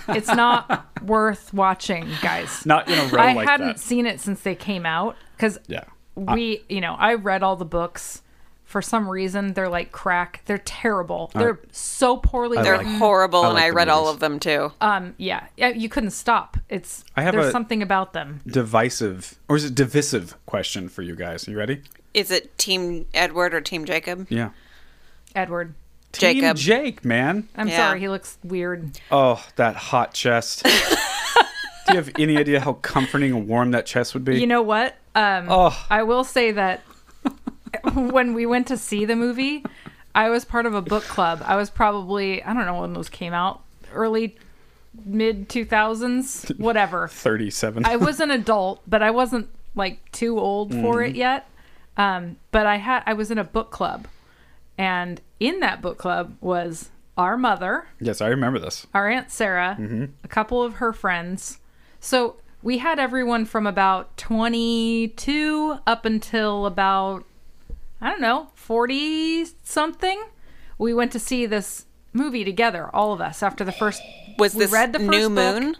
it's not worth watching, guys.
Not in a row
I
like
hadn't
that.
seen it since they came out because
Yeah.
we, you know, I read all the books. For some reason, they're like crack. They're terrible.
I-
They're so poorly.
They're
written.
horrible, and I read all of them too.
Um, yeah, Yeah, you couldn't stop. It's
I have
there's
a-
something about them.
Divisive, or is it divisive question for you guys? You ready?
Is it Team Edward or Team Jacob?
Yeah.
Edward,
Team Jake, man.
I'm sorry, he looks weird.
Oh, that hot chest. Do you have any idea how comforting and warm that chest would be?
You know what? Um,
Oh.
I will say that when we went to see the movie, I was part of a book club. I was probably I don't know when those came out, early, mid 2000s, whatever.
37.
I was an adult, but I wasn't like too old for
Mhm.
it yet. Um, but I had I was in a book club, and in that book club was our mother,
yes, I remember this.
our aunt Sarah,
hmm
a couple of her friends. So we had everyone from about 22 up until about, I don't know, 40 something. We went to see this movie together, all of us, after the first.
Was
we
this
read the first
New
book.
Moon?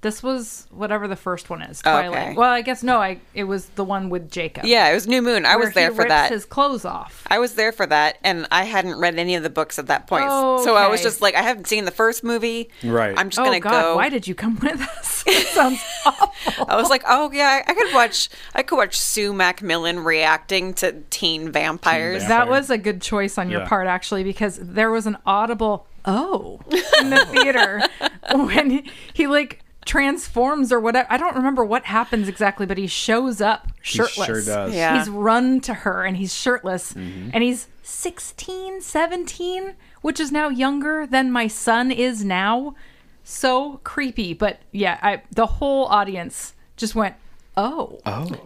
This was whatever the first one is,
Oh, Okay.
Twilight. Well, I guess no, I it was the one with Jacob.
Yeah, it was New Moon. I
where
was there
he
for
rips
that.
His clothes off.
I was there for that, and I hadn't read any of the books at that point.
Oh,
So I was
okay.
just like, I haven't seen the first movie.
Right.
I'm just
oh
gonna
God,
go.
Why did you come with us? It sounds
I was like, oh yeah, I could watch. I could watch Sue Macmillan reacting to teen vampires.
That was a good choice on your
Yeah.
part, actually, because there was an audible "oh" in the theater when he, he like transforms or whatever. I don't remember what happens exactly, but he shows up
He sure
shirtless.
does. Mm-hmm.
Yeah.
He's run to her and he's shirtless and he's 16, 17, which is now younger than my son is now. So creepy, but yeah, I the whole audience just went, "Oh."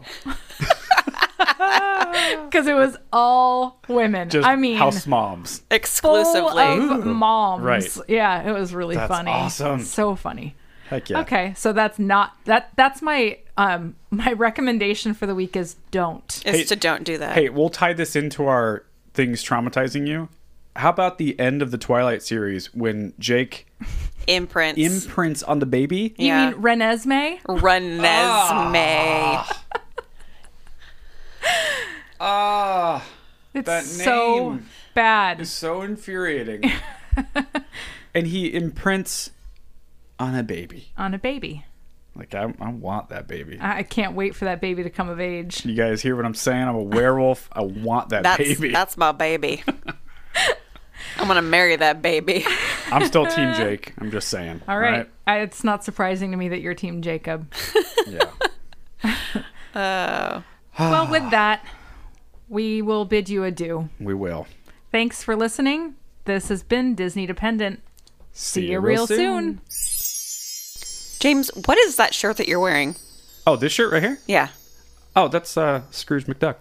Oh.
Because it was all women.
Just
I mean,
house moms.
Full of
Ooh.
moms.
Right.
Yeah, it was really
That's
funny.
awesome.
So funny.
Heck yeah.
Okay, so that's not that. That's my um my recommendation for the week is don't.
Is to don't do that.
Hey, we'll tie this into our things traumatizing you. How about the end of the Twilight series when Jake
Imprints.
imprints on the baby?
You mean Renesmee?
Renesmee.
Ah,
It's
that
so
name
bad.
It's so infuriating. and he imprints on a baby.
on a baby.
Like I, I want that baby.
I I can't wait for that baby to come of age.
you guys hear what I'm saying? I'm a werewolf. I want that
that's
baby.
that's my baby. I'm gonna marry that baby.
I'm still Team Jake. I'm just saying.
All right. I, it's not surprising to me that you're Team Jacob.
yeah.
Oh. well, with that, we will bid you adieu.
We will.
Thanks for listening. This has been Disney Dependent. See you real soon.
James, what is that shirt that you're wearing?
Oh, this shirt right here?
Yeah.
Oh, that's uh, Scrooge McDuck.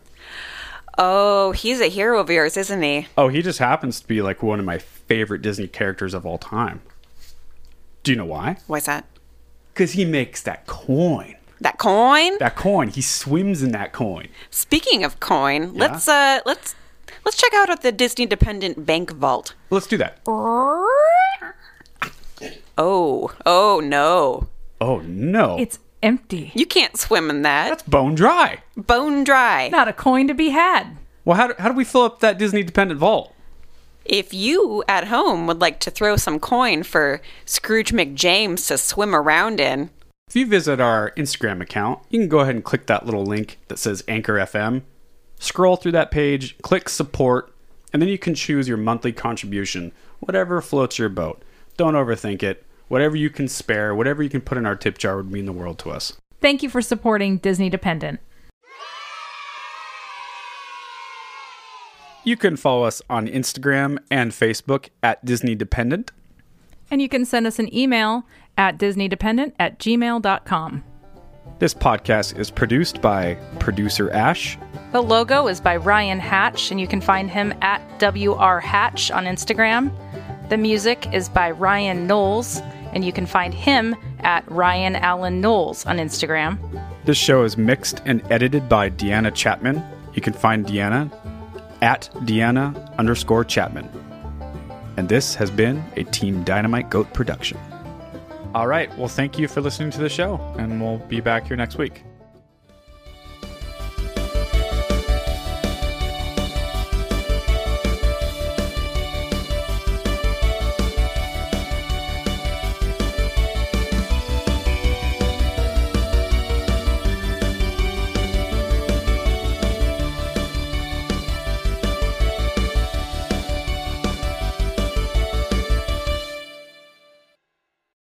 Oh, he's a hero of yours, isn't he?
Oh, he just happens to be like one of my favorite Disney characters of all time. Do you know why?
Why's that?
Because he makes that coin.
That coin?
That coin. He swims in that coin.
Speaking of coin, let's uh let's let's check out at the Disney Dependent Bank Vault.
Let's do that.
Oh, oh no.
Oh no.
It's empty.
You can't swim in that. That's
bone dry.
Bone dry.
Not a coin to be had.
Well, how do, how do we fill up that Disney dependent vault?
If you at home would like to throw some coin for Scrooge McJames to swim around in,
If you visit our Instagram account, you can go ahead and click that little link that says Anchor FM. Scroll through that page, click support, and then you can choose your monthly contribution, whatever floats your boat. Don't overthink it. Whatever you can spare, whatever you can put in our tip jar would mean the world to us.
Thank you for supporting Disney Dependent.
You can follow us on Instagram and Facebook at Disney Dependent.
And you can send us an email at disneydependent at gmail.com.
This podcast is produced by producer Ash.
The logo is by Ryan Hatch, and you can find him at WR Hatch on Instagram. The music is by Ryan Knowles, and you can find him at Ryan Allen Knowles on Instagram.
This show is mixed and edited by Deanna Chapman. You can find Deanna at Deanna underscore Chapman. And this has been a Team Dynamite Goat production. All right. Well, thank you for listening to the show, and we'll be back here next week.